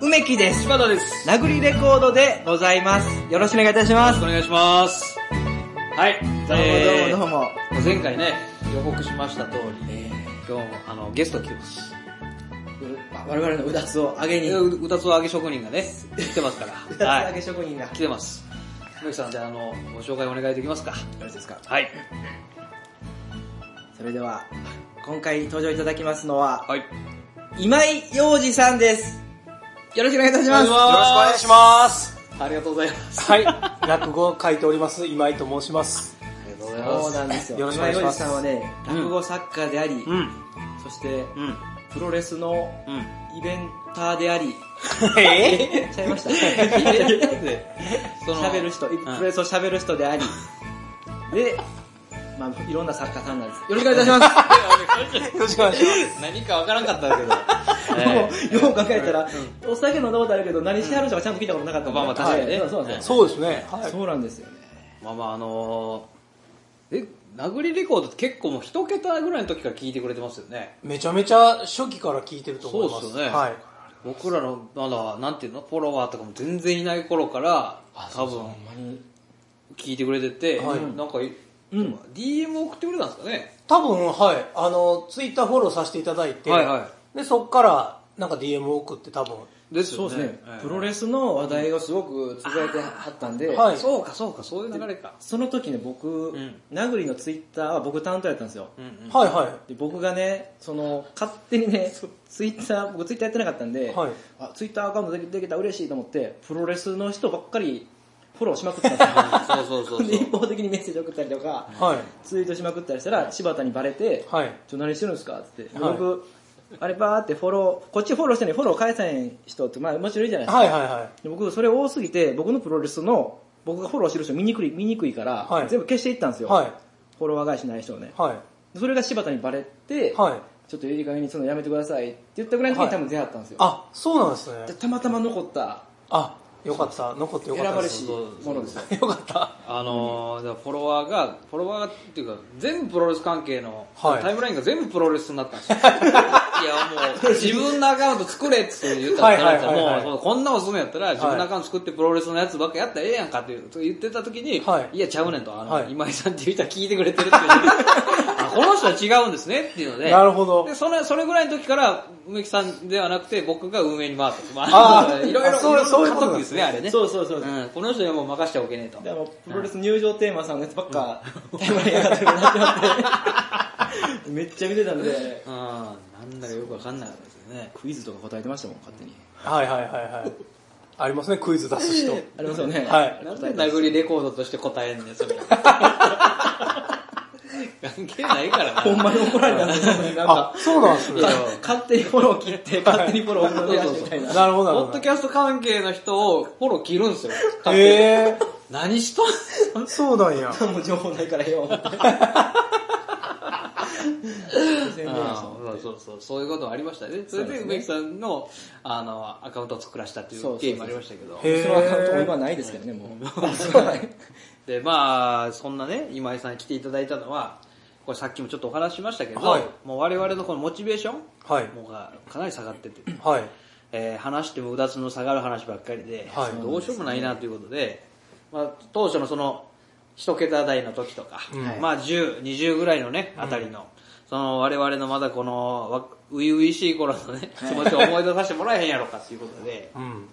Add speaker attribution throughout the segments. Speaker 1: 梅木です。
Speaker 2: 柴田です。よ
Speaker 1: ラグリレコードでございます。よろしくお願いいたしま
Speaker 2: ろし
Speaker 1: す。ど
Speaker 2: くお願いします。はい。
Speaker 1: うもどうもどうも。
Speaker 2: えー前回ね、予告しました通り、今日もあのゲスト来てます。
Speaker 1: 我々のうだつを上げに、う
Speaker 2: うたつ揚げ職人 がね、来てますから。
Speaker 1: だつ
Speaker 2: は
Speaker 1: 上げ
Speaker 2: い。
Speaker 1: 職人が。
Speaker 2: 来てます。梅木さん、じゃあ、あの、ご紹介お願いできますか。
Speaker 1: よろしいですか。
Speaker 2: はい。
Speaker 1: それでは、今回登場いただきますのは、
Speaker 2: はい。よ
Speaker 1: 今井洋二さんです。よろしくお願いいたします。
Speaker 3: よろしくお願いします。
Speaker 2: す。ありがとうございます。
Speaker 3: はい。落語を書いております、今井と申します。
Speaker 2: ありがとうござい
Speaker 1: そう
Speaker 2: ます。
Speaker 1: なんですよ。
Speaker 3: よろしくお願いします
Speaker 1: 今井洋二さんはね、
Speaker 2: うん
Speaker 1: 落語作家であり、
Speaker 3: うん。
Speaker 1: そして、
Speaker 2: うん。
Speaker 1: プロレスの
Speaker 2: うん。
Speaker 1: イベンターであり、
Speaker 3: え
Speaker 1: えちゃいました。喋る人、プロレスを喋る人であり、で、まあ、いろんな作家さんなんです。よろしくお願いいたします。
Speaker 3: よろしくお願いします。
Speaker 2: 何かわからんかったけど。
Speaker 1: もう、よう考えた
Speaker 2: う
Speaker 1: ら
Speaker 2: ん、
Speaker 1: お酒飲んだことあるけど、何してはる人がちゃんと聞いたことなかったもん
Speaker 2: まあまあ確かにね
Speaker 1: はいそうなんですよ。
Speaker 3: そうですね。はい。
Speaker 1: そうなんですよね。
Speaker 2: まあまああのー、え、殴りレコードって結構もう一桁ぐらいの時から聞いてくれてますよね。
Speaker 3: めちゃめちゃ初期から聞いてると思います。
Speaker 2: そうですよね
Speaker 3: はい。
Speaker 2: 僕らの、まだ、なんていうの、フォロワーとかも全然いない頃から、多分、聞いてくれてて、
Speaker 3: はい
Speaker 2: なんか、
Speaker 1: うん。
Speaker 2: DM 送ってくれたんですかね。
Speaker 3: 多分、はい。あの、ツイッターフォローさせていただいて、
Speaker 2: はいは
Speaker 3: で、そっから、なんか DM を送って多分、
Speaker 2: です
Speaker 1: そ
Speaker 2: よ
Speaker 1: う
Speaker 2: ね。
Speaker 1: ですね
Speaker 2: ええ。
Speaker 1: プロレスの話題がすごくつぶやいてはったんで、
Speaker 3: はい
Speaker 2: そうかそうか、そういう流れか。
Speaker 1: その時ね、僕
Speaker 2: ん、
Speaker 1: なぐりのツイッターは僕担当やったんですよ。
Speaker 2: うんうん。
Speaker 3: はいは
Speaker 1: で僕がね、その、勝手にね、ツイッター、僕ツイッターやってなかったんで、
Speaker 3: はい
Speaker 1: あツイッターアカウントできできたら嬉しいと思って、プロレスの人ばっかりフォローしまくってたん ですよ。
Speaker 2: そうそうそうそ う。
Speaker 1: で一方的にメッセージ送ったりとか、
Speaker 3: い。はい。
Speaker 1: ツイートしまくったりしたら、柴田にバレて、
Speaker 3: はい。
Speaker 1: ちょ、何してるんですかって言って、
Speaker 3: はい
Speaker 1: 僕、あれバーってフォロー、こっちフォローしてね、フォロー返さへん人って、まあもちろんいるじゃないですか。
Speaker 3: はいはいは
Speaker 1: で僕、それ多すぎて、僕のプロレスの、僕がフォローしてる人見にくい、見にくいから、
Speaker 3: はい
Speaker 1: 全部消していったんです
Speaker 3: い。
Speaker 1: よ。
Speaker 3: はい。
Speaker 1: フォロワー返しない人をね。
Speaker 3: はい。
Speaker 1: それが柴田にバレて、
Speaker 3: はい。
Speaker 1: ちょっといい加減にそのやめてくださいって言ったぐらいの時に多分出会ったんですよ。
Speaker 3: あ、そうなんです
Speaker 1: で
Speaker 3: ね。
Speaker 1: たまたま残った、
Speaker 3: あ、よかった。残ってよ
Speaker 1: 選
Speaker 3: かった
Speaker 1: ば
Speaker 3: で
Speaker 1: れし
Speaker 3: す。
Speaker 1: ものですよ。
Speaker 3: よかった。
Speaker 2: あのーだからフォロワーが、フォロワーっていうか、全部プロレス関係の、
Speaker 3: はい
Speaker 2: タイムラインが全部プロレスになったんです よ。いや、もう、自分のアカウント作れっつって言ったんですよ
Speaker 3: はいはいはいはい
Speaker 2: もう、こんなおすすめやったら、自分のアカウント作ってプロレスのやつばっかやったらええやんかっていう言ってた時に、
Speaker 3: はい
Speaker 2: や、ちゃうねんと、あの、
Speaker 3: はい
Speaker 2: 今井さんっていう人は聞いてくれてる っていう。あこの人は違うんですねっていうので、
Speaker 3: なるほど
Speaker 2: で、それ、それぐらいの時から、梅木さんではなくて、僕が運営に回った。ま
Speaker 3: あ
Speaker 2: あ、
Speaker 3: ー
Speaker 2: いろいろ、
Speaker 3: あそう
Speaker 2: いろいろ
Speaker 3: そういうこ
Speaker 2: 家
Speaker 3: となん
Speaker 2: 族
Speaker 3: で
Speaker 2: ですすね、あれね。
Speaker 1: そうそうそう。
Speaker 2: うん、この人にはもう任しておけねえと。
Speaker 1: でもプロレス入場テーマさんのやつばっか、タイムライン上がってるなって思 って、めっちゃ見てたんで、
Speaker 2: あーなんだかよくわかんなかったですよね。
Speaker 1: クイズとか答えてましたもん、勝手に。
Speaker 3: はいはいはいはい。ありますね、クイズ出す人。
Speaker 1: ありますよね。
Speaker 3: はい
Speaker 2: なんで殴りレコードとして答えんねん、そ れ。関係ないからな。
Speaker 1: ほんまに怒られたんですよ、なん
Speaker 3: あ
Speaker 1: か、。
Speaker 3: そう なんですね。
Speaker 1: 勝手にフォロー切って、勝手にフォロー送り出してみたいな。
Speaker 3: なるほど、
Speaker 2: ポ
Speaker 3: なる
Speaker 2: ッ
Speaker 3: ほ
Speaker 2: ド
Speaker 3: ど
Speaker 2: キャスト関係の人をフォロー切るんですよ。。
Speaker 3: え
Speaker 2: 何しとん
Speaker 3: ー、そうなんや。
Speaker 1: もう情報ないからよ。宣言した
Speaker 2: あーそうそうそう、そういうこともありましたね。それで梅木さんの、あの、アカウントを作らしたってい
Speaker 1: そうそうそ
Speaker 2: う
Speaker 1: う
Speaker 2: 経緯もありましたけど。
Speaker 3: へー
Speaker 1: そのアカウントも今ないですけどね、もう。はい
Speaker 2: で、まあ、そんなね、今井さんに来ていただいたのは、これさっきもちょっとお話ししましたけど、
Speaker 3: はい
Speaker 2: もう我々のこのモチベーション
Speaker 3: はい。
Speaker 2: もうがかなり下がってて、
Speaker 3: はい。
Speaker 2: えー話してもうだつの下がる話ばっかりで、
Speaker 3: はい
Speaker 2: どうしようもないなということで、まあ、当初のその一桁台の時とか、
Speaker 3: うん
Speaker 2: まあ10、20ぐらいのね、あたりの、その我々のまだこのわ初々しい頃のね、気持ちを思い出させてもらえへんやろかっていうことで、
Speaker 3: うん。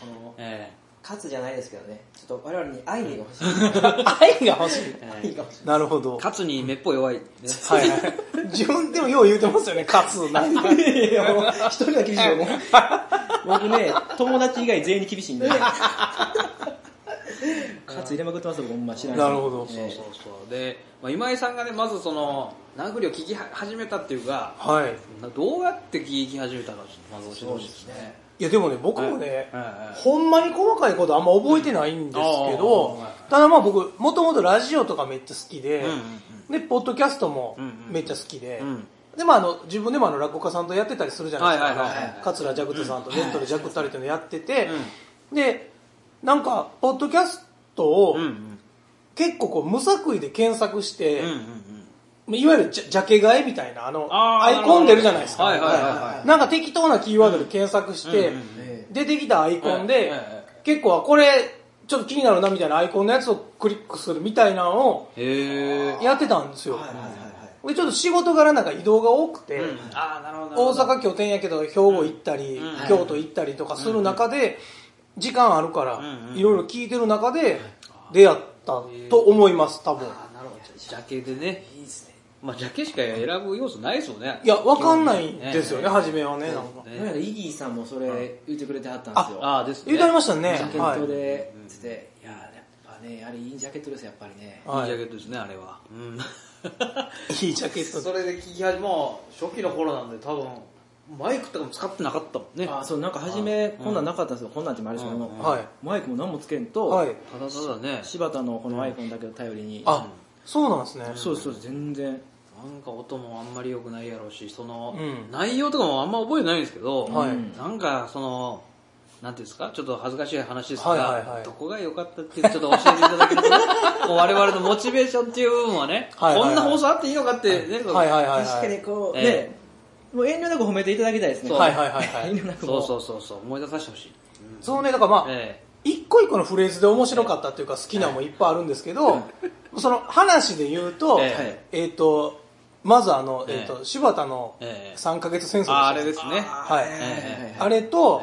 Speaker 1: この
Speaker 2: え
Speaker 1: 勝つじゃないですけどね、ちょっと我々に愛が欲しい。
Speaker 3: 愛が欲しい。
Speaker 2: ーえー
Speaker 1: 愛が欲しい。
Speaker 3: なるほど。
Speaker 2: 勝つにめっぽい弱い、ね。
Speaker 3: はいはい。自分でもよう言うてますよね、勝つなんか。
Speaker 1: いやもう一人は厳しいよ、もう。僕ね、友達以外全員に厳しいんで。カツ入れまくってますよ、ほんま知ら
Speaker 3: なるほど
Speaker 2: そうそうそう。で、まあ、今井さんがね、まずその、殴りを聞きは始めたっていうか、
Speaker 3: はい。
Speaker 2: などうやって聞き始めたか、まず教えてほしいですね。
Speaker 3: いや、でもね、僕もね、
Speaker 2: はいはいはい
Speaker 3: ほんまに細かいことあんま覚えてないんですけ
Speaker 2: う
Speaker 3: ど
Speaker 2: んあ、
Speaker 3: ただまあ僕、もともとラジオとかめっちゃ好きで
Speaker 2: うんうん、
Speaker 3: で、ポッドキャストも
Speaker 2: うんうん
Speaker 3: めっちゃ好きで
Speaker 2: うん、
Speaker 3: で、まああの、自分でもあの、落語家さんとやってたりするじゃないです
Speaker 2: はいはいはいはい
Speaker 3: か。桂ジャクタさんとネットでジャクタリというのやってて
Speaker 2: うん、
Speaker 3: で、なんか、ポッドキャストを
Speaker 2: うんうん。
Speaker 3: 結構こう、無作為で検索して
Speaker 2: うんう、んうん。
Speaker 3: いわゆるジャジャケ買いみたいな、あの、
Speaker 2: あー
Speaker 3: アイコン出るじゃないですか。
Speaker 2: なるほどはいはいはいは
Speaker 3: なんか適当なキーワードで検索して
Speaker 2: うんうん、
Speaker 1: え
Speaker 3: 出てきたアイコンで、
Speaker 2: はいはいはい
Speaker 3: 結構これ、ちょっと気になるなみたいなアイコンのやつをクリックするみたいなのを
Speaker 2: へえ。
Speaker 3: やってたんですよ。
Speaker 1: はいはいはいはい。
Speaker 3: で、ちょっと仕事柄なんか移動が多くて、
Speaker 2: うんああ、なるほどなる
Speaker 3: 大
Speaker 2: ほど。
Speaker 3: 阪拠点やけど兵庫行ったり、
Speaker 2: うんうん
Speaker 3: 京都行ったりとかする中で、時間あるから
Speaker 2: うんうん
Speaker 3: いろいろ聞いてる中で出会ったと思います多分
Speaker 2: あーなるほど。ジャケでね。
Speaker 1: いいですね。
Speaker 2: まあ、ジャケしか選ぶ要素ないですよね。
Speaker 3: いやわかんないんですよね
Speaker 2: ええ
Speaker 3: 初めはねなんか
Speaker 2: ね
Speaker 1: なんかイギーさんもそれ言ってくれてはったんですよ。
Speaker 2: ああ、ですね。
Speaker 3: 言うてありましたね
Speaker 1: ジャケ
Speaker 3: は
Speaker 1: ット
Speaker 3: い
Speaker 1: で、つって、いやー、やっぱね、あれいいジャケットですよ、やっぱりね。
Speaker 2: いい
Speaker 3: は
Speaker 2: ジャケットですね、あれは。うん。
Speaker 3: いいいジャケットで
Speaker 2: それで聞き始め、もう初期の頃なんで多分、マイクとかも使ってなかったもんね。
Speaker 1: あそう、なんか初め、こんなんなかったんですよ、こんなんってもあれですけど
Speaker 2: うん
Speaker 1: も、
Speaker 3: はい
Speaker 1: マイクも何もつけんと、
Speaker 3: はい
Speaker 2: ただただね、
Speaker 1: 柴田のこの iPhone だけを頼りに、
Speaker 3: あそうなんですね
Speaker 1: そうですそうです、全然。
Speaker 2: なんか音もあんまり良くないやろうし、その、
Speaker 3: うん
Speaker 2: 内容とかもあんま覚えてないんですけど、
Speaker 3: はい
Speaker 2: なんかその、なんていうんですか、ちょっと恥ずかしい話ですが、
Speaker 3: はいはいはい
Speaker 2: どこが良かったっていうのをちょっと教えていただける と、もう我々のモチベーションっていう部分はね、
Speaker 3: はいはいはい
Speaker 2: こんな放送あっていいのかってね、
Speaker 3: はいはいはい
Speaker 1: 確かにこう、
Speaker 2: ええ
Speaker 1: ね、もう遠慮なく褒めていただきたいですね。
Speaker 2: そう
Speaker 3: はいはいはいは
Speaker 1: 遠
Speaker 3: い
Speaker 1: 慮なく
Speaker 2: そ
Speaker 1: も
Speaker 2: うそうそうそう、思い出させてほしい。
Speaker 3: そうねだからまあ
Speaker 2: え
Speaker 3: 一個一個のフレーズで面白かったっていうか好きなのもいっぱいあるんですけどその話で言うと
Speaker 2: え
Speaker 3: えっとまずあのえっ
Speaker 2: え
Speaker 3: と柴田の
Speaker 2: ええ
Speaker 3: 3ヶ月戦争でし
Speaker 2: あ
Speaker 3: た
Speaker 2: あれですね。
Speaker 3: はい
Speaker 2: え
Speaker 3: あれと、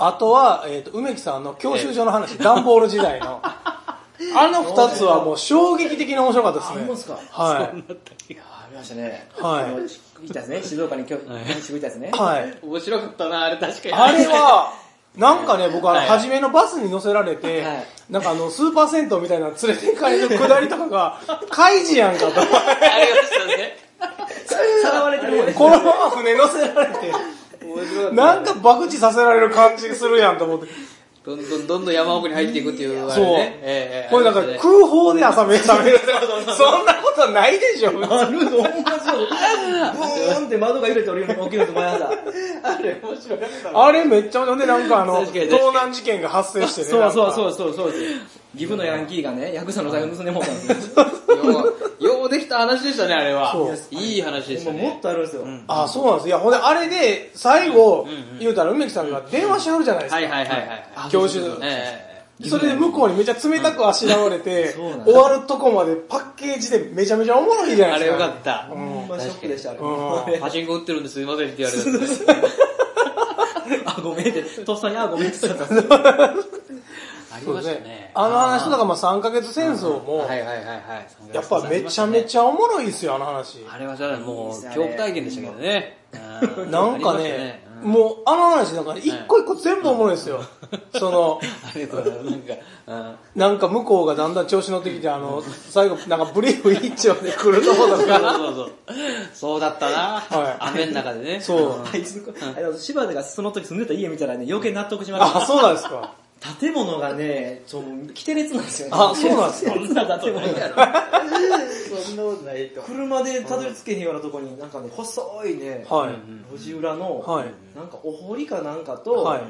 Speaker 3: あとは、えっ、と、梅木さんの教習所の話、段ボール時 代の。あの二つはもう衝撃的に面白かったですね。
Speaker 1: あほんまですか
Speaker 3: はい。
Speaker 1: いやーありましたね。
Speaker 3: はい
Speaker 1: あの行ったですね、静岡に今日、
Speaker 2: はい
Speaker 1: 練習行ったですね。
Speaker 3: はい。
Speaker 2: 面白かったな、あれ確かに。
Speaker 3: あれは、なんかね、僕あの、
Speaker 2: はい
Speaker 3: 初めのバスに乗せられて、
Speaker 1: はい
Speaker 3: なんかあの、スーパー銭湯みたいなの連れて行かれる下りと かが、怪事やんかと。
Speaker 2: ありましたね。
Speaker 1: さらわれてるもんね。
Speaker 3: このまま船乗せられて、
Speaker 2: 面白かった。
Speaker 3: なんか爆打させられる感じするやんと思って。
Speaker 2: どんどんどんどん山奥に入っていくっていうあれね。
Speaker 3: そう
Speaker 2: ええええ
Speaker 3: これなんか
Speaker 2: ありましたね
Speaker 3: 空砲で朝目覚める。そんなことないでしょ、
Speaker 1: あるの、ほんまそう。ブーンって窓が揺れておるように起きると思いました。あれ面白かった。
Speaker 3: あれめっちゃ面白い。で、なんかあの、
Speaker 2: 確かに確かに
Speaker 3: 盗難事件が発生してね。
Speaker 1: そうそう
Speaker 3: う。
Speaker 1: そうそうそうです。岐阜のヤンキーがね、ヤクザの財布盗んでもうたんです
Speaker 2: よう、ようできた話でしたね、あれは
Speaker 3: そう。
Speaker 2: いい話でし
Speaker 1: よ。
Speaker 2: た
Speaker 1: もっ
Speaker 2: ね。
Speaker 1: とあるんですよ。
Speaker 3: あ、そうなんです。いや、ほんで、あれで、最後
Speaker 2: んう、ん
Speaker 3: 言うたら、梅木さんが電話しはるじゃないです
Speaker 2: はい
Speaker 3: か。
Speaker 2: はいはいはい。
Speaker 1: あ
Speaker 3: 教習
Speaker 1: そうそうそう
Speaker 2: え
Speaker 3: それで向こうにめちゃ冷たくあしらわれて、
Speaker 1: そうなんだ
Speaker 3: 終わるとこまでパッケージでめちゃめちゃおもろいじ
Speaker 2: え
Speaker 3: ゃ
Speaker 2: あ
Speaker 3: ないで
Speaker 2: れ
Speaker 3: す
Speaker 2: よ
Speaker 3: か。
Speaker 2: かった。
Speaker 1: ほんまショックで した、あれ。
Speaker 3: うん
Speaker 2: パチンコ打ってるんですいませんって言われた。
Speaker 1: あ、ごめんって、とっさに、あ、ごめんって言ったんですよ
Speaker 2: あり
Speaker 3: そう
Speaker 2: ました
Speaker 3: です
Speaker 2: ね
Speaker 3: ね。。あの話とか、まあ3ヶ月戦争も
Speaker 2: は、いはいはいはい。
Speaker 3: やっぱめちゃめ
Speaker 2: ゃ。
Speaker 3: ちゃおもろいですよ、あの話。
Speaker 2: あれはじゃあもう、
Speaker 1: いいですね
Speaker 2: 恐怖体験でしたけどね。うん
Speaker 3: なんかね、もうあの話なんかね一個一個全部おもろいですよ。その、
Speaker 2: ありましたねうんありがとうございます。なんか、
Speaker 3: なんか向こうがだんだん調子乗ってきて、あの、最後、なんかブリーフ一丁で来るとこだ
Speaker 2: うん そうそう
Speaker 3: か
Speaker 2: そう。そうだった
Speaker 3: はい
Speaker 2: な。雨の中でね。
Speaker 3: そう。
Speaker 1: あいつ、あの柴田がその時住んでた家見たらね、余計納得しまし
Speaker 3: あ、そうなんです
Speaker 1: た。
Speaker 3: か。
Speaker 1: 建物がね、ちょ、規定列なんですよね。
Speaker 3: あそうなんですか
Speaker 1: 規定列な建物やろ。
Speaker 2: そんなことないと。
Speaker 1: 車でたどり着けへんようなとこに、なんかね、細いね、
Speaker 3: はい。
Speaker 1: 路地裏の、
Speaker 3: はい。
Speaker 1: なんかお堀かなんかと、
Speaker 3: はい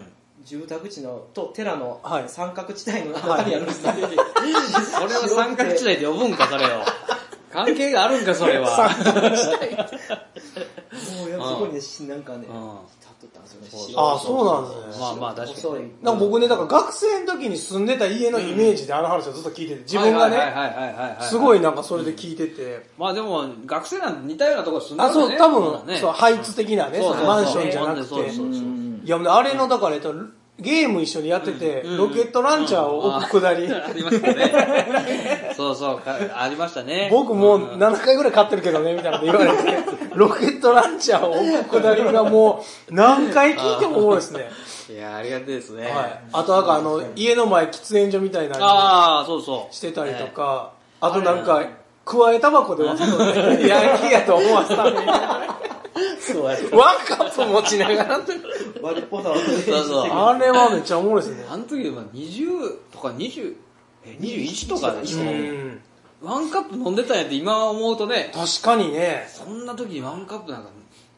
Speaker 1: 住宅地のと寺の
Speaker 3: はい
Speaker 1: 三角地帯の中にあるんですよ、
Speaker 2: それは三角地帯で呼ぶんか、それ を。関係があるんか、それは。
Speaker 1: もうやっぱそこにね、しなんかね、
Speaker 2: うんま
Speaker 1: 立っとったんですよね
Speaker 2: そう。
Speaker 1: 白い
Speaker 3: あ、そうなんですね。
Speaker 2: あまあ、確か
Speaker 1: 細い
Speaker 2: に。
Speaker 3: なんか僕ね、だから学生の時に住んでた家のイメージであの話をずっと聞いてて、自分が
Speaker 2: はい
Speaker 3: ね、
Speaker 2: はいはいはいは
Speaker 3: すごい
Speaker 2: い。
Speaker 3: なんかそれで聞いてて、
Speaker 2: まあでも、学生なんて似たようなとこ住んで
Speaker 3: あ、
Speaker 2: るか
Speaker 3: そ
Speaker 2: ら
Speaker 3: う、
Speaker 2: ね。
Speaker 3: 多
Speaker 2: んな
Speaker 3: 分、
Speaker 2: ね
Speaker 3: そう、ハイツ的なね、
Speaker 2: そ
Speaker 3: そう
Speaker 2: そう
Speaker 3: の
Speaker 2: そう
Speaker 3: マンションじゃな
Speaker 2: そ
Speaker 3: く
Speaker 2: うそう
Speaker 3: て
Speaker 2: そう。
Speaker 1: うん
Speaker 3: いや、ほんであれの、だから、えっとゲーム一緒にやってて、
Speaker 2: うん
Speaker 3: ロケットランチャーを置くくだり、
Speaker 2: ありましたね。そうそう、かありましたね。
Speaker 3: 僕もう7回ぐらい買ってるけどね、みたいなこと言われ て、ロケットランチャーを置くくだりがもう、何回聞いてもおもろいですね。
Speaker 2: いや、ありがてえですね。
Speaker 3: はい。あとなんかあの、家の前喫煙所みたいなの
Speaker 2: ああ、そうそう。
Speaker 3: してたりとか、あとなんか、加えタバコでわざとねヤンキーやと思 わせたんで、
Speaker 1: そうやって
Speaker 3: ワンカップ持ちながらって。
Speaker 1: 悪っぽさを表現して
Speaker 2: そうそう
Speaker 3: あれはめっちゃおもろいですね。
Speaker 2: あの時、まあ20とか20、え21とかでし
Speaker 3: う
Speaker 2: ょ。
Speaker 3: ん。
Speaker 2: ワンカップ飲んでたんやって今思うとね、
Speaker 3: 確かにね、
Speaker 2: そんな時にワンカップなんか、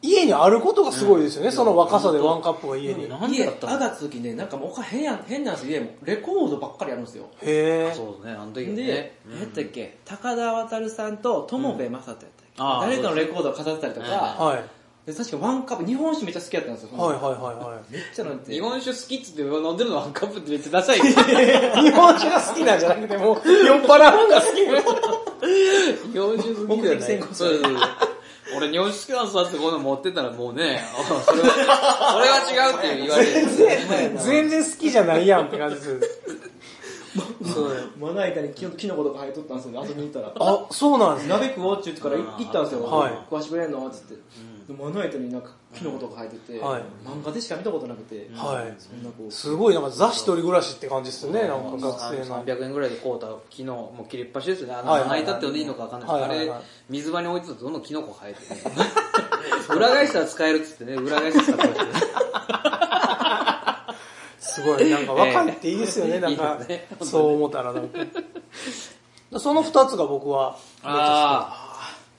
Speaker 3: 家にあることがすごいですよね、その若さでワンカップが家に。へ
Speaker 2: なんで
Speaker 1: 家、
Speaker 2: だ
Speaker 1: 上
Speaker 2: ったの
Speaker 1: がった時ね、なんかもうおか変やん、変なんですよ、家も。レコードばっかりやるんですよ。
Speaker 3: え。
Speaker 2: そうですね、あの時はね
Speaker 1: で。、何やったっけ、高田渉さんと友部正人やったっけ、
Speaker 2: あー
Speaker 1: 誰かのレコードを飾ってたりとか、
Speaker 2: はい
Speaker 3: はい。
Speaker 1: で確かワンカップ、日本酒めっちゃ好きやったんですよ。
Speaker 3: はいはいは
Speaker 1: めっちゃ飲んでて。
Speaker 2: 日本酒好きっつって飲んでるのワンカップってめっちゃダサい。
Speaker 3: いはい。 日本酒が好きなんじゃなくて、もう 酔っ払うのが好き
Speaker 2: 日本酒好きじゃない
Speaker 1: 目的先行
Speaker 2: そうそうそう俺日本酒好きなんすわってこういうの持ってったらもうね、あそれは、それは違うって言われる。
Speaker 3: 全然好きじゃないやんって感じする。
Speaker 1: まな板にキノキノコとか入っとったんですよね、遊びに行ったら。
Speaker 3: あ、そうなんですね。
Speaker 1: 鍋食おうって言ってからい行ったんですよ。
Speaker 3: はい
Speaker 1: 詳しくれんのっつって。でまな板になんかキノコとか入ってて、
Speaker 3: はい
Speaker 1: 漫画でしか見たことなくて、
Speaker 3: はい。
Speaker 1: そんなこう、
Speaker 3: すごい、なんか雑誌一人暮らしって感じですよね、なんか学生の。
Speaker 2: 300円ぐらいで買うた昨日、もう切れっ端ですよね。あ
Speaker 3: はい
Speaker 2: の、
Speaker 3: はいはい
Speaker 2: 泣いたって呼んでいいのかわかんないですけど、
Speaker 3: はいはいはい
Speaker 2: あれ、水場に置いてたらどんどんキノコ生えてね。裏返したら使えるっつってね、裏返したら使えるって。
Speaker 3: すごい、なんか若いって いいですよね、
Speaker 2: ええ
Speaker 3: なんか
Speaker 2: いいですね、
Speaker 3: そう思ったらなんか。その二つが僕は、
Speaker 2: あー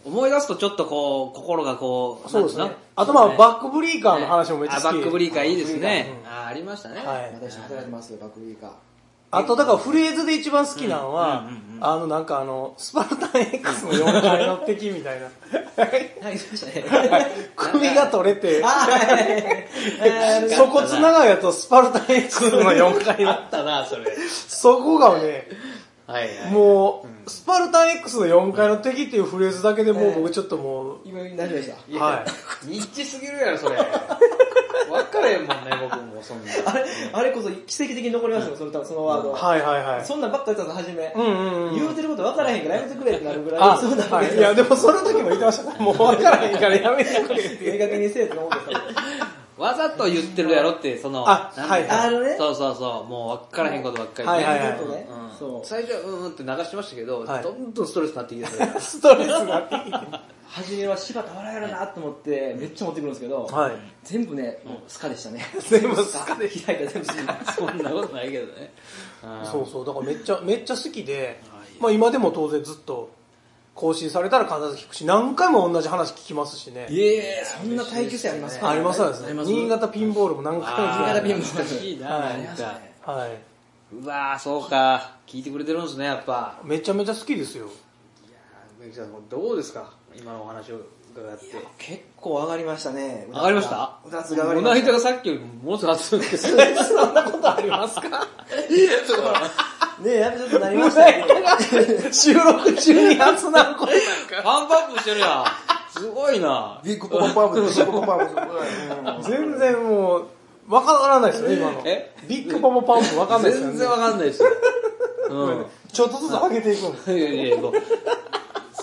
Speaker 2: 思い出すとちょっとこう、心がこう、
Speaker 3: そうです
Speaker 2: なん
Speaker 3: ね
Speaker 2: てい。
Speaker 3: あとまあ、
Speaker 2: ッ
Speaker 3: バックブリーカーの話もめっちゃ好き。
Speaker 2: バックブリーカーいいですね。
Speaker 3: うん
Speaker 2: あーありましたね。
Speaker 3: はい
Speaker 1: 私働いてますよ、学部か。
Speaker 3: あとだからフレーズで一番好きなのは、あのなんかあの、スパルタン X の4階の敵 みたいな。
Speaker 1: はい、そうでしたね。
Speaker 3: 首が取れて、
Speaker 2: えー
Speaker 3: そこ繋がるやとスパルタン X の4 階の。
Speaker 2: あったな、それ。
Speaker 3: そこがね、
Speaker 2: はいはい。
Speaker 3: もう、スパルタン X の4階の敵っていうフレーズだけでもう僕ちょっともう、
Speaker 1: 今、大丈夫でした。
Speaker 2: いや
Speaker 3: は
Speaker 2: ニッチすぎるやろ、それ。わかれへんもんね、僕も、そんな。
Speaker 1: あれ、あれこそ奇跡的に残りますよ、そのそのワード。
Speaker 3: はいはいはい。
Speaker 1: そんなんばっか言ってたんです、初め。
Speaker 3: うんうんうん。
Speaker 1: 言うてること分からへんからやめてくれってなるぐらい、
Speaker 3: あ、
Speaker 1: そうだわ
Speaker 3: は
Speaker 1: け
Speaker 3: い。
Speaker 1: で
Speaker 3: いや、でもその時も言ってましたからもう分からへんからやめてくれって。
Speaker 1: 明確にせえって思ってた。
Speaker 2: わざと言ってるやろって、その、
Speaker 3: あ
Speaker 2: なん
Speaker 3: はい
Speaker 2: だ
Speaker 1: あのね
Speaker 2: そうそうそう、もうわからへんことばっかりで。
Speaker 3: はいはいはい
Speaker 1: ありがとうね
Speaker 2: うん
Speaker 1: そう。
Speaker 2: 最初はうーんって流してましたけど、
Speaker 3: はい
Speaker 2: どんどんストレスになってきて たよ
Speaker 3: ストレスがってきて。
Speaker 1: 初 めは柴田笑えるなと思って、めっちゃ持ってくるんですけど、
Speaker 3: はい。
Speaker 1: 全部ね、もうスカでしたね。
Speaker 3: 全部スカ
Speaker 1: で開いたら全部スカ。
Speaker 2: そんなことないけどね。うん
Speaker 3: そうそう、だからめっちゃ、めっちゃ好きで
Speaker 2: あいい、
Speaker 3: まあ今でも当然ずっと更新されたら必ず聞くし、何回も同じ話聞きますしね。
Speaker 1: いえ、そんな耐久性ありますか
Speaker 3: ありますあります
Speaker 1: あります
Speaker 3: 新潟ピンボールも 何回も聞
Speaker 2: あ
Speaker 3: か
Speaker 2: ー
Speaker 3: れ
Speaker 1: 新潟
Speaker 3: て
Speaker 1: ピンボール
Speaker 2: 懐かしいな、
Speaker 3: はい
Speaker 1: あり
Speaker 2: なん
Speaker 1: ました
Speaker 2: か。
Speaker 1: ね
Speaker 3: は
Speaker 2: うわー、そうか。聞いてくれてるんですね、やっぱ。
Speaker 3: い。めちゃめちゃ好きですよ。
Speaker 2: いやー、梅木さん、どうですか今のお話を伺って。
Speaker 1: 結構上がりましたね。
Speaker 2: 上がりました
Speaker 1: うだつが上がり
Speaker 2: こ
Speaker 1: ま
Speaker 2: の
Speaker 1: した。
Speaker 2: 間がさっきよりもものすごい熱い んですけど。
Speaker 3: そんなことあります か
Speaker 1: ねえ、やっぱちょっとなりました ね。
Speaker 3: 収録中に集まること
Speaker 2: パンプアップしてるやん。すごいな。
Speaker 4: ビッグポンパーブビッグポンパーブ
Speaker 3: 全然もう、わからないですよね、今の。
Speaker 2: え
Speaker 3: ビッグパもパンプわかんないですよね。
Speaker 2: 全然わかんないですよ。うん。
Speaker 3: ちょっとずつ上げていくんです。
Speaker 2: いやいやもう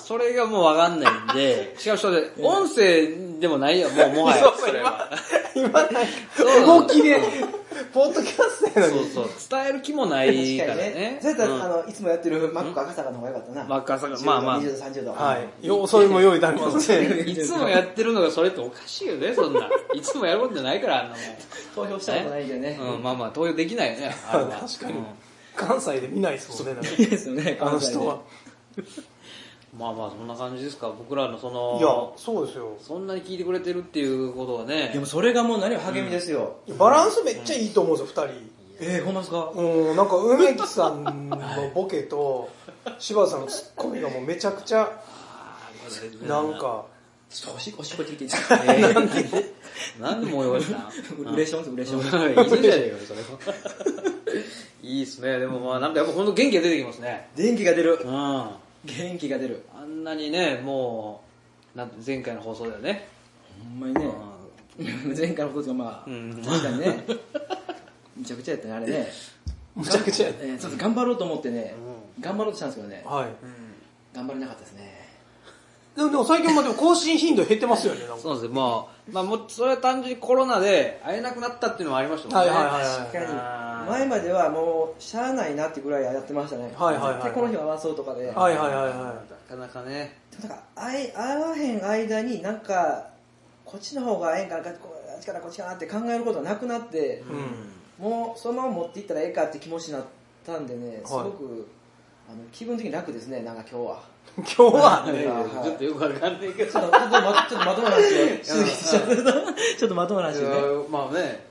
Speaker 2: それがもうわかんないんで、しかもそれ、音声でもないよ、もうもはや。それは
Speaker 3: 今なんか
Speaker 2: そう
Speaker 3: 動きで、ポッドキャストやの
Speaker 2: そう
Speaker 3: に。
Speaker 2: そう、伝える気もない
Speaker 1: 確
Speaker 2: か
Speaker 1: からにね
Speaker 2: ね。。
Speaker 1: それやった
Speaker 2: うん
Speaker 1: ら、あの、いつもやってるマック赤坂の方が良かったな。
Speaker 2: マック赤坂まあまあ
Speaker 1: 20度、30度。
Speaker 3: はい。よ、それも用意だりますね。
Speaker 2: いつもやってるのがそれっておかしいよね、そんな。いつもやることじゃないから、あんな
Speaker 1: 投票したことないんでね。
Speaker 2: もん。うん、まあまあ、投与できないよ ね、あれは。
Speaker 3: 確かに
Speaker 2: うん
Speaker 3: 関西で見ないですもんね、なんか
Speaker 1: いいですよね、
Speaker 3: あの
Speaker 1: 関西で
Speaker 3: 人は。。
Speaker 2: まあまあ、そんな感じですか、僕らのそ
Speaker 3: いや
Speaker 2: の、、
Speaker 3: そうですよ。
Speaker 2: そんなに聞いてくれてるっていうことはね
Speaker 1: で、もそれがもう何より励みですよ。
Speaker 3: バランスめっちゃいいと思うんですよ、二
Speaker 1: えー、ほんまですか
Speaker 3: 人。うん、なんか梅木さんのボケと、 柴田さんのツッコミがもうめちゃくちゃ、なんか、
Speaker 1: ちょっとおしおしっこ行ってきていいですか、 えー、
Speaker 2: なんで催し たん
Speaker 1: うれしょんす、うれしょんす。
Speaker 2: いいじゃねえかよそれ いいっすね。でもまあなんかやっぱほんと元気が出てきますね。
Speaker 1: 電気が出る
Speaker 2: う。ん。あ
Speaker 1: 元気が出る。
Speaker 2: んなにね、もう、なんて前回の放送だよね。
Speaker 1: ほんまにね。前回のことがまあ、
Speaker 2: うん
Speaker 1: 確かにね。めちゃくちゃやったね、あれね。
Speaker 3: むちゃくちゃやね。
Speaker 1: えーちょっと頑張ろうと思ってね、頑張ろうとしたんですけどね、
Speaker 3: はい。
Speaker 1: 頑張れなかったですね。
Speaker 3: でもでも最近までも更新頻度減ってますよね、なんか。
Speaker 2: そうですね。まあ、まあもうそれは単純にコロナで会えなくなったっていうのもありましたもんね。
Speaker 3: はいはいはい
Speaker 1: 確か
Speaker 2: あ
Speaker 1: に。
Speaker 2: ー
Speaker 1: 前まではもう、しゃあないなってぐらいやってましたね。
Speaker 3: はいはいはい
Speaker 1: 絶対この日は合わそうとかで。
Speaker 3: はいはいはいは
Speaker 2: なかなかね。
Speaker 1: でもなんかあい会わへん間になんかこっちの方がええんかなこっちからこっちかなって考えることなくなって、
Speaker 3: い。うん。
Speaker 1: もうそのまま持っていったらええかって気持ちになったんでねすごく、あの気分的に楽ですねなんか今日 は
Speaker 3: 今日は
Speaker 1: はい
Speaker 3: ね、
Speaker 1: はい
Speaker 2: ちょっとよくわかんないけど。
Speaker 1: ちょっとちょっとまちょっとまともな話をちょっとちょっとまともな話をね
Speaker 2: まあね。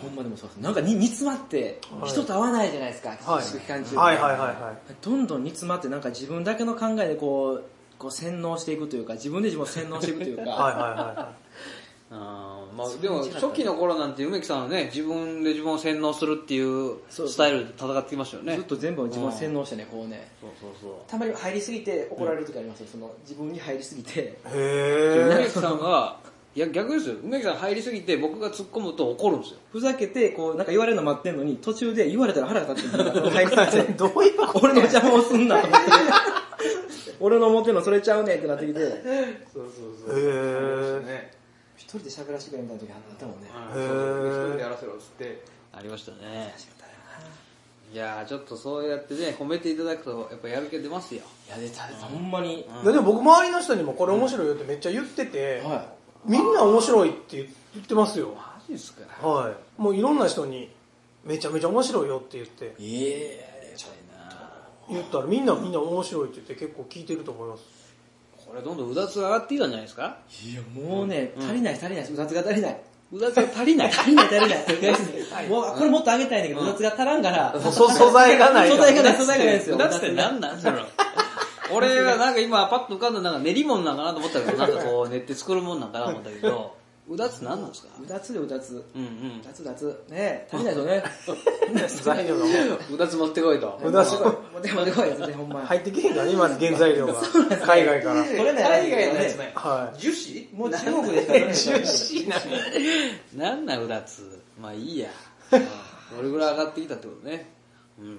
Speaker 1: ほんまでもそうですなんかに 煮詰まって
Speaker 3: はい
Speaker 1: 人と会わないじゃないですか、
Speaker 3: はい
Speaker 1: 自粛期間中
Speaker 3: はいはいはいはい。
Speaker 1: どんどん煮詰まってなんか自分だけの 考えでこうこう洗脳していくというか自分で自分を洗脳していくというか
Speaker 3: はいはいはいはい。
Speaker 2: あーまあ、でも初期の頃なんて梅木さんはね自分で自分を洗脳するっていうスタイルで戦ってきましたよね
Speaker 1: ずっと全部自分を洗脳してね、こうね。
Speaker 2: そうそうそう
Speaker 1: たまに入りすぎて怒られる時ありますよ、その自分に入りすぎて。
Speaker 3: へ
Speaker 2: 梅木さんがいや逆ですよ梅木さん入りすぎて僕が突っ込むと怒るんですよ
Speaker 1: ふざけて、こう、なんか言われるの待ってんのに、途中で言われたら腹が立ってく るから入りすぎて。どういう俺の邪魔をすんなと思って。 俺の思ってんのそれちゃうねんってなってきて、
Speaker 3: え。へえ。
Speaker 5: ね。
Speaker 1: 一人で喋らせてくれみたいな時あったもんね。
Speaker 5: そうそう一人でやらせろっつって。
Speaker 2: ありましたねいやーちょっとそうやってね褒めていただくとやっぱやる気出ますよ
Speaker 1: いや、出た、ほんまに。
Speaker 3: ででも僕周りの人にもこれ面白いよってめっちゃ言ってて、
Speaker 1: は
Speaker 3: みんな面白いって言ってますよ。
Speaker 2: マジですか
Speaker 3: はい。もういろんな人にめちゃめちゃ面白いよって言って、
Speaker 1: い。ええちょっ
Speaker 3: 言ったらみんなみんな面白いって言って結構聞いてると思います。
Speaker 2: これどんどんうだつが上がっていいたんじゃないですか
Speaker 1: といや、もうね、足りない足りない、うだつが足りない。
Speaker 2: うだつが足りない
Speaker 1: 足りない足りない。もう、これもっと上げたいんだけど、うだつが足らんから。
Speaker 3: 素素材がない
Speaker 1: 素
Speaker 3: から。
Speaker 1: 材がない、素材がないですよ。
Speaker 2: うだつって何なんそれ俺はなんか今パッと浮かんだなんか練り物なんかなと思ったけどなんかこう練って作るもんなんかなと思ったけどうだつ何なんですか
Speaker 1: うだつでうだつ。
Speaker 2: うんう
Speaker 1: うんだつうだつ。ねえ足りないとね。
Speaker 3: 材料がもう
Speaker 2: うだつ持ってこいと
Speaker 3: うだつ
Speaker 1: もうでもでこいよ、ほんま。
Speaker 3: 入ってきへんからね、今原材料 が。海外から。
Speaker 1: これね、海外のやつね。
Speaker 3: は
Speaker 5: 樹脂
Speaker 1: もう中国でしか取れないからね。
Speaker 2: なんなんうだつまあい いやうんどれぐらい上がってきたってことねうん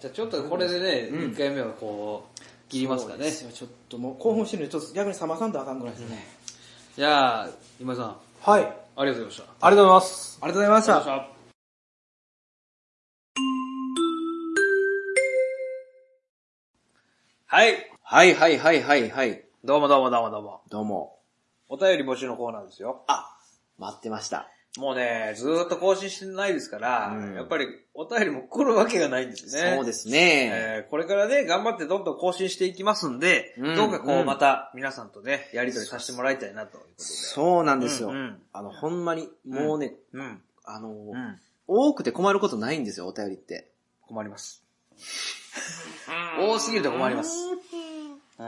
Speaker 2: じゃあちょっとこれでね
Speaker 1: うん
Speaker 2: 1回目はこう切りますかね
Speaker 1: そうですよちょっともう興奮してるんで、ちょっと逆に冷まさんとあかんぐらいですね。
Speaker 2: じゃあ今井さんあ
Speaker 3: い。はい。
Speaker 2: りがとうございました
Speaker 3: ありがとうございます。
Speaker 1: ありがとうございました。
Speaker 2: はい。はいはいはいはいはい。どうもどうもどうもどうも。
Speaker 1: どうも。
Speaker 2: お便り募集のコーナーですよ。
Speaker 1: あ、待ってました。
Speaker 2: もうね、ずーっと更新してないですから、
Speaker 1: うん
Speaker 2: やっぱりお便りも来るわけがないんですね。す。
Speaker 1: すね。
Speaker 2: えー、これからね、頑張ってどんどん更新していきますんで、
Speaker 1: うん
Speaker 2: どうかこ
Speaker 1: う
Speaker 2: うんまた皆さんとね、やりとりさせてもらいたいなということで。
Speaker 1: そうなん
Speaker 2: うん。
Speaker 1: あの、ほんまに、
Speaker 2: もう
Speaker 1: ね、
Speaker 2: うん。
Speaker 1: あの、
Speaker 2: うん。
Speaker 1: 多くて困ることないんですよ、お便りって。
Speaker 2: 困ります。多すぎると困ります。うん。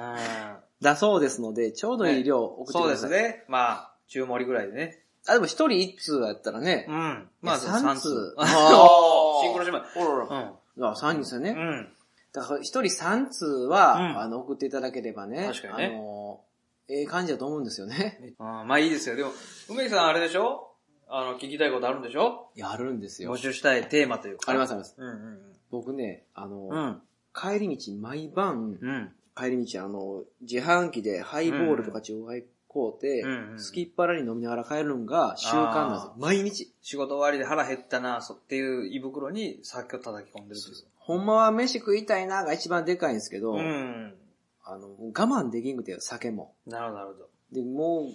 Speaker 1: だそうですので、ちょうどいい量送って
Speaker 2: そう
Speaker 1: く
Speaker 2: で
Speaker 1: ださ
Speaker 2: す
Speaker 1: い。
Speaker 2: ね。まあ、中盛りぐらいでね。
Speaker 1: あ、でも一人一通やったらね
Speaker 2: う、ん。まあ、
Speaker 1: いや三
Speaker 2: 三
Speaker 1: 通
Speaker 2: あ
Speaker 1: あ
Speaker 2: ーシンクロしま
Speaker 1: ほらほら、
Speaker 2: う
Speaker 1: あ3人ですよね。
Speaker 2: ん。うん。
Speaker 1: だから一人三通は、
Speaker 2: うん
Speaker 1: あの、送っていただければね、
Speaker 2: 確かにね
Speaker 1: あの、ええ感じだと思うんですよ ね。
Speaker 2: あーまあいいですよ。でも、梅木さんあれでしょあの、聞きたいことあるんでしょ
Speaker 1: やるんですよ
Speaker 2: 募。集したいテーマというか。。
Speaker 1: ありますすあります。
Speaker 2: うん
Speaker 1: 僕ね、あの、
Speaker 2: うんうん。うん。
Speaker 1: 帰り道、毎晩、
Speaker 2: うん。
Speaker 1: 帰り道、あの、自販機でハイボールとか中杯買うて、
Speaker 2: うんうん
Speaker 1: 好きっぱらに飲みながら帰るんが習慣なんですよ
Speaker 2: あ。
Speaker 1: 毎日。
Speaker 2: 仕事終わりで腹減ったな、そっていう胃袋に酒を叩き込んでるという
Speaker 1: ほんまは飯食いたいなが一番でかいんですけど、
Speaker 2: うん。
Speaker 1: あの、我慢できんくて、酒も。
Speaker 2: なるほど、なるほど。
Speaker 1: で、もう、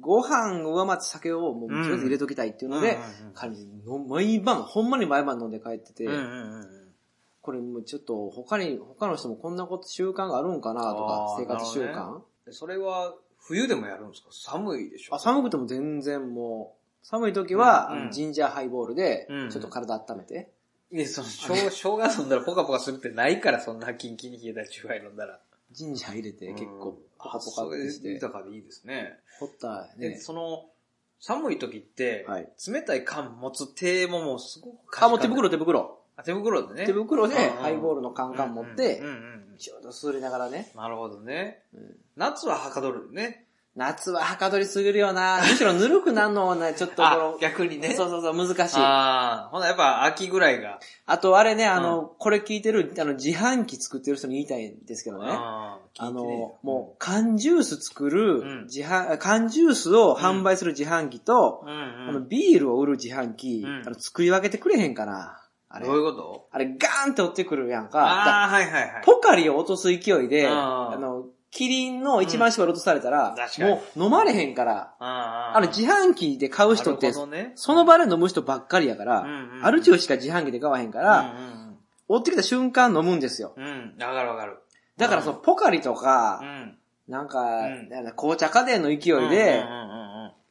Speaker 1: ご飯上回って酒をもうとりあえず入れときたいっていうの
Speaker 2: う
Speaker 1: で
Speaker 2: んうんうん、
Speaker 1: 彼女の毎晩、ほんまに毎晩飲んで帰ってて、
Speaker 2: うんうんうん。
Speaker 1: これもうちょっと他に、他の人もこんなこと習慣があるんかなとか
Speaker 2: あ、ー
Speaker 1: 生活習
Speaker 2: なる
Speaker 1: 慣、
Speaker 2: ほでそれは、冬でもやるんですか寒いでしょ
Speaker 1: あ寒くても全然もう、寒い時は、
Speaker 2: うん
Speaker 1: あのジンジャーハイボールで
Speaker 2: うん、
Speaker 1: ちょっと体温めて、
Speaker 2: いや、その、生生姜飲んだらポカポカするってないから、そんなキンキンに冷えたチューハイ飲んだら。
Speaker 1: ジンジャー入れて結構ポカポカ
Speaker 2: そ
Speaker 1: っ
Speaker 2: れ
Speaker 1: てして、
Speaker 2: 豊かでいいですね。
Speaker 1: ほったら
Speaker 2: で、
Speaker 1: ね。
Speaker 2: その、寒い時って、
Speaker 1: はい。
Speaker 2: 冷たい缶持つ手ももうすごく
Speaker 1: あ、もう手
Speaker 2: かじか
Speaker 1: 袋
Speaker 2: んで
Speaker 1: 手袋。
Speaker 2: あ、手袋でね。
Speaker 1: 手袋で
Speaker 2: うんうん
Speaker 1: ハイボールのカンカン持って
Speaker 2: うんう、んうん
Speaker 1: ちょうどすりながらね。
Speaker 2: なるほどね
Speaker 1: うん。
Speaker 2: 夏ははかどるね。
Speaker 1: 夏ははかどりすぎるよ な。むしろぬるくなるのはね、ちょっとこ
Speaker 2: あ
Speaker 1: の、、
Speaker 2: 逆にね。
Speaker 1: そうそうそう、難しい。あ
Speaker 2: ああ、ほなやっぱ秋ぐらいが。
Speaker 1: と、あれね、あの、これ聞いてる、あの、自販機作ってる人に言いたいんですけどね。あ
Speaker 2: あ
Speaker 1: の、もう、缶ジュース作る
Speaker 2: うん、
Speaker 1: 自販、缶ジュースを販売する自販機と
Speaker 2: う、、うん
Speaker 1: あ
Speaker 2: う
Speaker 1: の、
Speaker 2: ん。
Speaker 1: ビールを売る自販機、
Speaker 2: うん
Speaker 1: あの、作り分けてくれへんかな。あれ
Speaker 2: どうい、うこと
Speaker 1: あれ、ガーンって追ってくるやんか。
Speaker 2: ああ、はいはいはい。
Speaker 1: ポカリを落とす勢いで、
Speaker 2: あ
Speaker 1: あ
Speaker 2: ー
Speaker 1: の、キリンの一番搾り落とされたら
Speaker 2: ん確、かに
Speaker 1: もう飲まれへんから、
Speaker 2: あー
Speaker 1: あの自販機で買う人って
Speaker 2: なる、ほどね
Speaker 1: その場で飲む人ばっかりやから、
Speaker 2: うんうん
Speaker 1: ある程度しか自販機で買わへんから、
Speaker 2: うん
Speaker 1: 追ってきた瞬間飲むんですよ。
Speaker 2: うんうん。うん、わかるわかる。
Speaker 1: だからそのポカリと
Speaker 2: う
Speaker 1: か、
Speaker 2: ん。
Speaker 1: なんか、
Speaker 2: うん
Speaker 1: なんか紅茶家電の勢い
Speaker 2: うん
Speaker 1: で
Speaker 2: う、んうんうん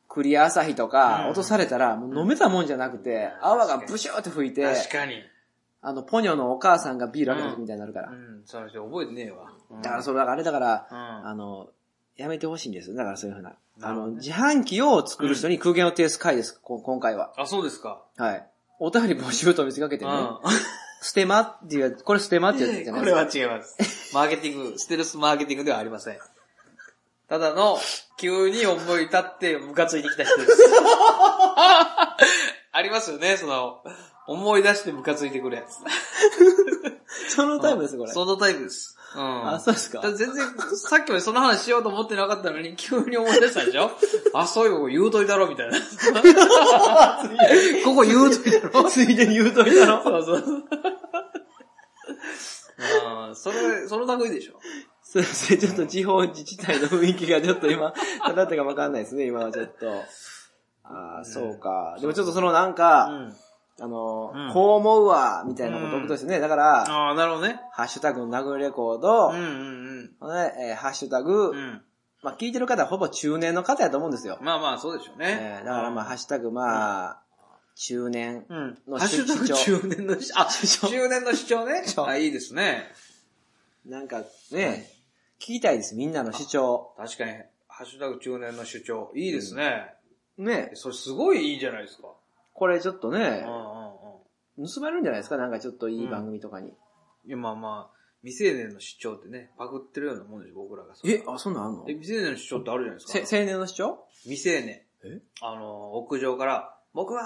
Speaker 1: クリア朝日と
Speaker 2: うん
Speaker 1: か落とされたら、もう飲めたもんじゃなくて、泡がブシューって吹いて、
Speaker 2: 確かに。
Speaker 1: あの、ポニョのお母さんがビール開けた時みたいになるから
Speaker 2: う。ん、それ覚えてねえわ。
Speaker 1: だから
Speaker 2: う
Speaker 1: それ、だからあれだから、
Speaker 2: ん。うん。
Speaker 1: あの、やめてほしいんです。だからそういうふうな。あの、自販機を作る人に空間を提出会です、こ今回は。
Speaker 2: あ、そうですか。
Speaker 1: はい。お便り募集と見せかけて
Speaker 2: う
Speaker 1: ね。
Speaker 2: ん。
Speaker 1: ステマっていうやつ、これステマっていうやつじゃな
Speaker 2: こ
Speaker 1: いで
Speaker 2: れ
Speaker 1: すか。
Speaker 2: は違います。マーケティング、ステルスマーケティングではありません。ただの、急に思い立ってムカついてきた人です。 ありますよね、その、思い出してムカついてくるやつ。
Speaker 1: そのタイプです、これ。
Speaker 2: そのタイプです。うん。
Speaker 1: あ、そうですか
Speaker 2: だ。って全然、さっきまでその話しようと思ってなかったのに、急に思い出したでしょあ、そういうこと言うといたろ、みた いな。ここ言うといた ろ。ついでに言うといたろ。そうそう。あーそれ、その類でしょ。
Speaker 1: そうですね、ちょっと地方自治体の雰囲気がちょっと今、どうだったかわかんないですね、今はちょっと。ああ、そうか。でもちょっとそのなん
Speaker 2: う
Speaker 1: か、
Speaker 2: ん。
Speaker 1: あの
Speaker 2: うん、
Speaker 1: こう思うわ、みたいなことですね。だから、
Speaker 2: ああ、なるほどね。
Speaker 1: ハッシュタグのナグレコー
Speaker 2: う
Speaker 1: ド
Speaker 2: ん、うん
Speaker 1: ほんでえーハッシュタグ
Speaker 2: うん。う、ん。
Speaker 1: まあ聞いてる方はほぼ中年の方やと思うんですよ。
Speaker 2: まあまあ、そうでしょうね。
Speaker 1: えーだからまあ、ハッシュタグ、まあ、中年。
Speaker 2: うん。
Speaker 1: の
Speaker 2: ハッシュタグ
Speaker 1: 主
Speaker 2: 中年の主張。あ、中年の主張ね。あ、いいですね。
Speaker 1: なんかね、聞きたいです、みんなの主張。
Speaker 2: 確かに、ハッシュタグ中年の主張。いいですね。
Speaker 1: ね、
Speaker 2: それすごいいいじゃないですか。
Speaker 1: これちょっとね
Speaker 2: うん、うんうん。
Speaker 1: 盗まれるんじゃないですかなんかちょっといい番組とかに。
Speaker 2: いや、まあまあ、未成年の主張ってね、パクってるようなもんでしょ、僕らが。
Speaker 1: え、あ、そんなんあんの
Speaker 2: え未成年の主張ってあるじゃないですか
Speaker 1: せ。青年の主張
Speaker 2: 未成年。
Speaker 1: え
Speaker 2: あの、屋上から、僕は、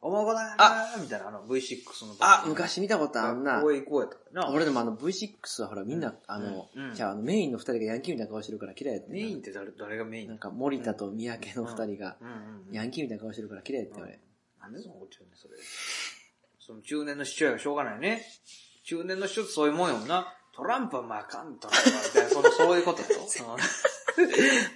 Speaker 2: お孫だなみたいな、あの、V6 の。
Speaker 1: あ、昔見たことあんな
Speaker 2: 学。校へ行こうやとかな。
Speaker 1: 俺でもあの V6 はほらみんな、あの
Speaker 2: うん、
Speaker 1: じゃああのメインの二人がヤンキーみたいな顔してるから嫌いやって。
Speaker 2: メインって誰、誰がメイン
Speaker 1: な
Speaker 2: なんの
Speaker 1: か森田と三宅の二人が、
Speaker 2: うんうんうん。
Speaker 1: ヤンキーみたいな顔してるから嫌いやって俺。
Speaker 2: なんでそんなこと言うねんそれ。その中年の主張やからしょうがないね。中年の主張ってそういうもんやもんな。トランプはまああかんとか、みたいな、その、そういうことや ろ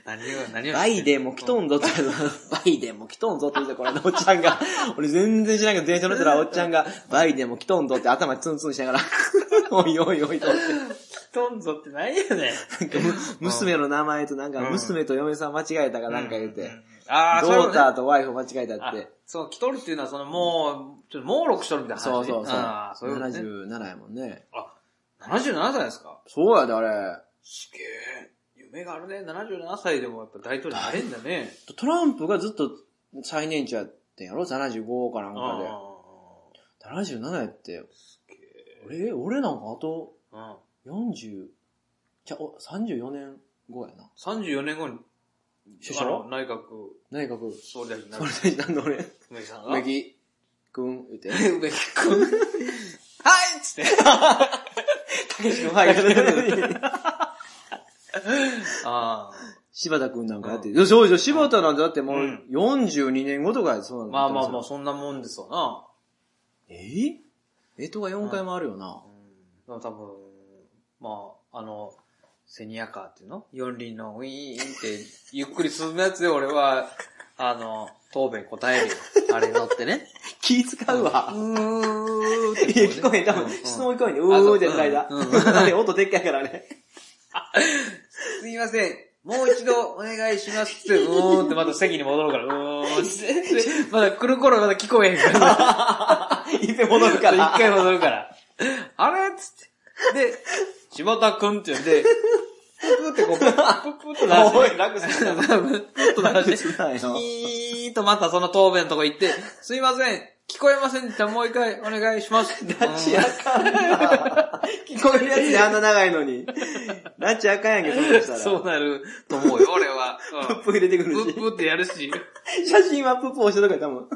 Speaker 2: 何を、何を。
Speaker 1: バイデンも来とんぞって、 バイデンも来とんぞって言って、これのおっちゃん が、俺全然知らんけど電車乗ってたらおっちゃんが、バイデンも来とんぞって頭ツンツンしながら、 おいおいおいと思って。
Speaker 2: とんぞってないよね。
Speaker 1: 娘の名前となんか、娘と嫁さん間違えたかなんか言って、
Speaker 2: ああ、
Speaker 1: ド
Speaker 2: そういう
Speaker 1: ー
Speaker 2: こ
Speaker 1: タ
Speaker 2: と
Speaker 1: ーとワイフ間違えた
Speaker 2: ね
Speaker 1: って。
Speaker 2: あそう、来とるっていうのは、その、もう、ちょっと、網録しとるみたいな話ね。
Speaker 1: そうそうそう。
Speaker 2: ああ、そういうことね。
Speaker 1: 77やもんね。
Speaker 2: あ、77歳ですか
Speaker 1: そうやで、あれ。
Speaker 2: すげえ。夢があるね。77歳でもやっぱ大統領になれんだね。
Speaker 1: トランプがずっと最年長やってんやろ ?75 かなん
Speaker 2: あ
Speaker 1: かで。77やって。俺、俺なんかあと
Speaker 2: あうん。
Speaker 1: 40、じゃ、お34年後やな。
Speaker 2: 34年後に、
Speaker 1: 首相
Speaker 2: あの内閣
Speaker 1: 内閣
Speaker 2: 総理大臣にな
Speaker 1: 総
Speaker 2: る
Speaker 1: 理。大臣なんで俺、
Speaker 2: 梅木さんが。
Speaker 1: 梅木君 言って。
Speaker 2: 梅木くん。はいっつって。たけしくん、はいっつって。ああ。
Speaker 1: 柴田君なんかやって。そうそうそう、柴田なんてだってもううん42年後とかやそうなんだ
Speaker 2: まあまあまあ、
Speaker 1: あ。
Speaker 2: そんなもんですわな。
Speaker 1: えーえとが4回もあるよな。
Speaker 2: うん。多分、まあ、あの、セニアカーっていうの四輪のウィーンって、ゆっくり進むやつで俺 は、あの、答弁答えるよ。あれ乗ってね。
Speaker 1: 気使うわ。
Speaker 2: うーって
Speaker 1: いや、聞こえん。多分、
Speaker 2: うん
Speaker 1: 質問聞こえんで、うーって書いた。
Speaker 2: うんうん
Speaker 1: あれ、音でっかいから ね。
Speaker 2: すいません。もう一度お願いしますって、うーんってまた席に戻るから、うーん って。まだ来る頃まだ聞こえへんから。
Speaker 1: いっぺん戻るか
Speaker 2: 一
Speaker 1: ら。
Speaker 2: 回戻るから。あれっつって。で、柴田くんって言うんで、プーってこう、プップッと鳴らして。
Speaker 1: 楽 す
Speaker 2: プッと鳴らして。
Speaker 1: ない
Speaker 2: ピーンとまたその答弁のとこ行って、すいません、聞こえませんでした、もう一回お願いします。
Speaker 1: ラチあかんな。聞こえるやつであんな長いのに。ラチあかんやんけ、そうしたら。
Speaker 2: そうなると思うよ、俺は。
Speaker 1: プ
Speaker 2: う
Speaker 1: ップ入れてくる
Speaker 2: ん。プ
Speaker 1: し
Speaker 2: ップ。ーってやるし。
Speaker 1: 写真はプップ押してとか多分。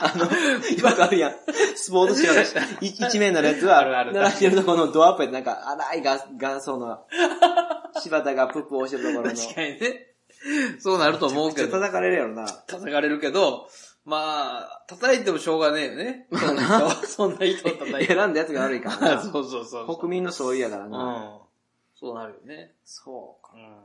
Speaker 1: あの、今あるやん。スポーツ紙の一一面のやつは、
Speaker 2: あるある
Speaker 1: 並んでるところのドアアップでなんか、荒い画画素の、柴田がプップ押してるところの。
Speaker 2: 確かにね。そうなると思う
Speaker 1: ちょ
Speaker 2: け
Speaker 1: っと
Speaker 2: ど。
Speaker 1: 叩かれるやろな。
Speaker 2: 叩かれるけど、まあ、叩いてもしょうがねえよね。そんな 人はそんな人を叩いて。
Speaker 1: 選んだやつが悪いから
Speaker 2: あ
Speaker 1: な。
Speaker 2: そうそうそうそう。
Speaker 1: 国民の総意やから
Speaker 2: う
Speaker 1: な。
Speaker 2: ん。そうなるよね。
Speaker 1: そうか。
Speaker 2: うん。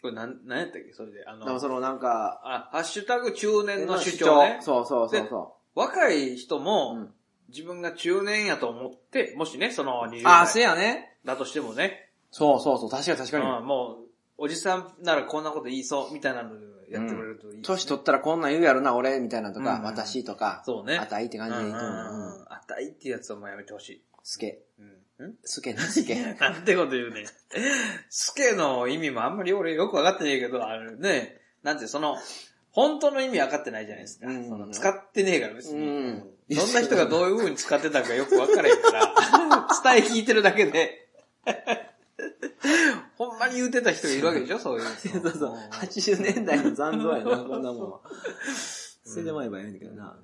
Speaker 2: これなん、なんやったっけそれで、あ
Speaker 1: だから
Speaker 2: の、
Speaker 1: そのなんか、
Speaker 2: あ、ハッシュタグ中年の主張ね。
Speaker 1: そうそうそうそ
Speaker 2: 若い人
Speaker 1: う
Speaker 2: も
Speaker 1: ん、
Speaker 2: 自分が中年やと思って、もしね、その20
Speaker 1: う。あ、せ
Speaker 2: 代
Speaker 1: やね。
Speaker 2: だとしてもね、
Speaker 1: そうそうそう、確かに確
Speaker 2: う
Speaker 1: か
Speaker 2: ん
Speaker 1: に。、
Speaker 2: もう、おじさんならこんなこと言いそう、みたいなのやってくれるといい。
Speaker 1: 年取ったらこんなん言うやろな、俺、みたいなと
Speaker 2: うんう
Speaker 1: か、
Speaker 2: ん
Speaker 1: 私とか、
Speaker 2: そうね
Speaker 1: あたいって
Speaker 2: う
Speaker 1: 感
Speaker 2: ん
Speaker 1: じ
Speaker 2: う
Speaker 1: でい
Speaker 2: ん
Speaker 1: いと思う。
Speaker 2: うん。あたいってやつはもうやめてほしい。
Speaker 1: スケ。
Speaker 2: うん。ん
Speaker 1: ス ケな、スケ。
Speaker 2: なんてこと言うねん。スケの意味もあんまり俺よくわかってないけど、あるね。なんてその、本当の意味分かってないじゃないですか。
Speaker 1: うん
Speaker 2: その使ってねえから別
Speaker 1: う
Speaker 2: に。
Speaker 1: ん。
Speaker 2: どんな人がどういう風に使ってたかよくわからへ んから、伝え聞いてるだけで。ほんまに言うてた人がいるわけでしょ そういう。
Speaker 1: そうそう。80年代の残像や な、こんなもんは。捨ててもらえばいいんだけどな。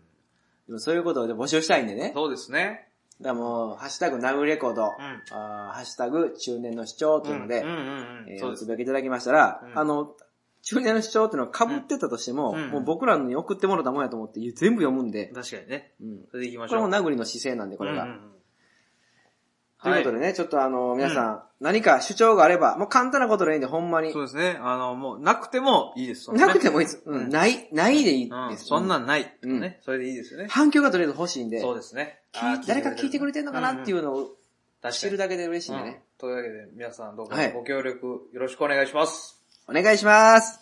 Speaker 1: でもそういうことで募集したいんでね。
Speaker 2: そうですね。
Speaker 1: だからもう、ハッシュタグナウレコード、
Speaker 2: ん
Speaker 1: あーハッシュタグ中年の主張というので、
Speaker 2: うんうんうん。
Speaker 1: えー
Speaker 2: そう
Speaker 1: お
Speaker 2: です
Speaker 1: つ。ぶやきいただきましたら、
Speaker 2: うん
Speaker 1: あの、中年の主張っていうのは被ってたとしても、
Speaker 2: うんうん
Speaker 1: もう僕らに送ってもらったもんやと思って全部読むんで、
Speaker 2: 確かにね。
Speaker 1: うん
Speaker 2: それで行きま
Speaker 1: こ
Speaker 2: し
Speaker 1: れ
Speaker 2: ょ
Speaker 1: も
Speaker 2: う。
Speaker 1: 殴りの姿勢なんで、これが。
Speaker 2: うんうんうん
Speaker 1: ということでね、ちょっとあの、皆さん、何か主張があれば、もう簡単なことでいいんで、ほんまに
Speaker 2: そう。ですね。あの、もう、なくてもいいです。
Speaker 1: なくて
Speaker 2: も
Speaker 1: もいいです。うん
Speaker 2: うん
Speaker 1: ない、ないでいい
Speaker 2: うん、
Speaker 1: です。
Speaker 2: そんなんない。
Speaker 1: うん
Speaker 2: ね。それでいいですよね。
Speaker 1: 反響がとりあえず欲しいんで、
Speaker 2: そうですね。
Speaker 1: 聞い誰か聞いてくれ
Speaker 2: て
Speaker 1: てんのかなっていうのを
Speaker 2: る
Speaker 1: 知るだけで嬉しいんで
Speaker 2: うん
Speaker 1: ね。
Speaker 2: というわけで、皆さんどうか
Speaker 1: はい
Speaker 2: ご協力よろしくお願いします。
Speaker 1: お願いします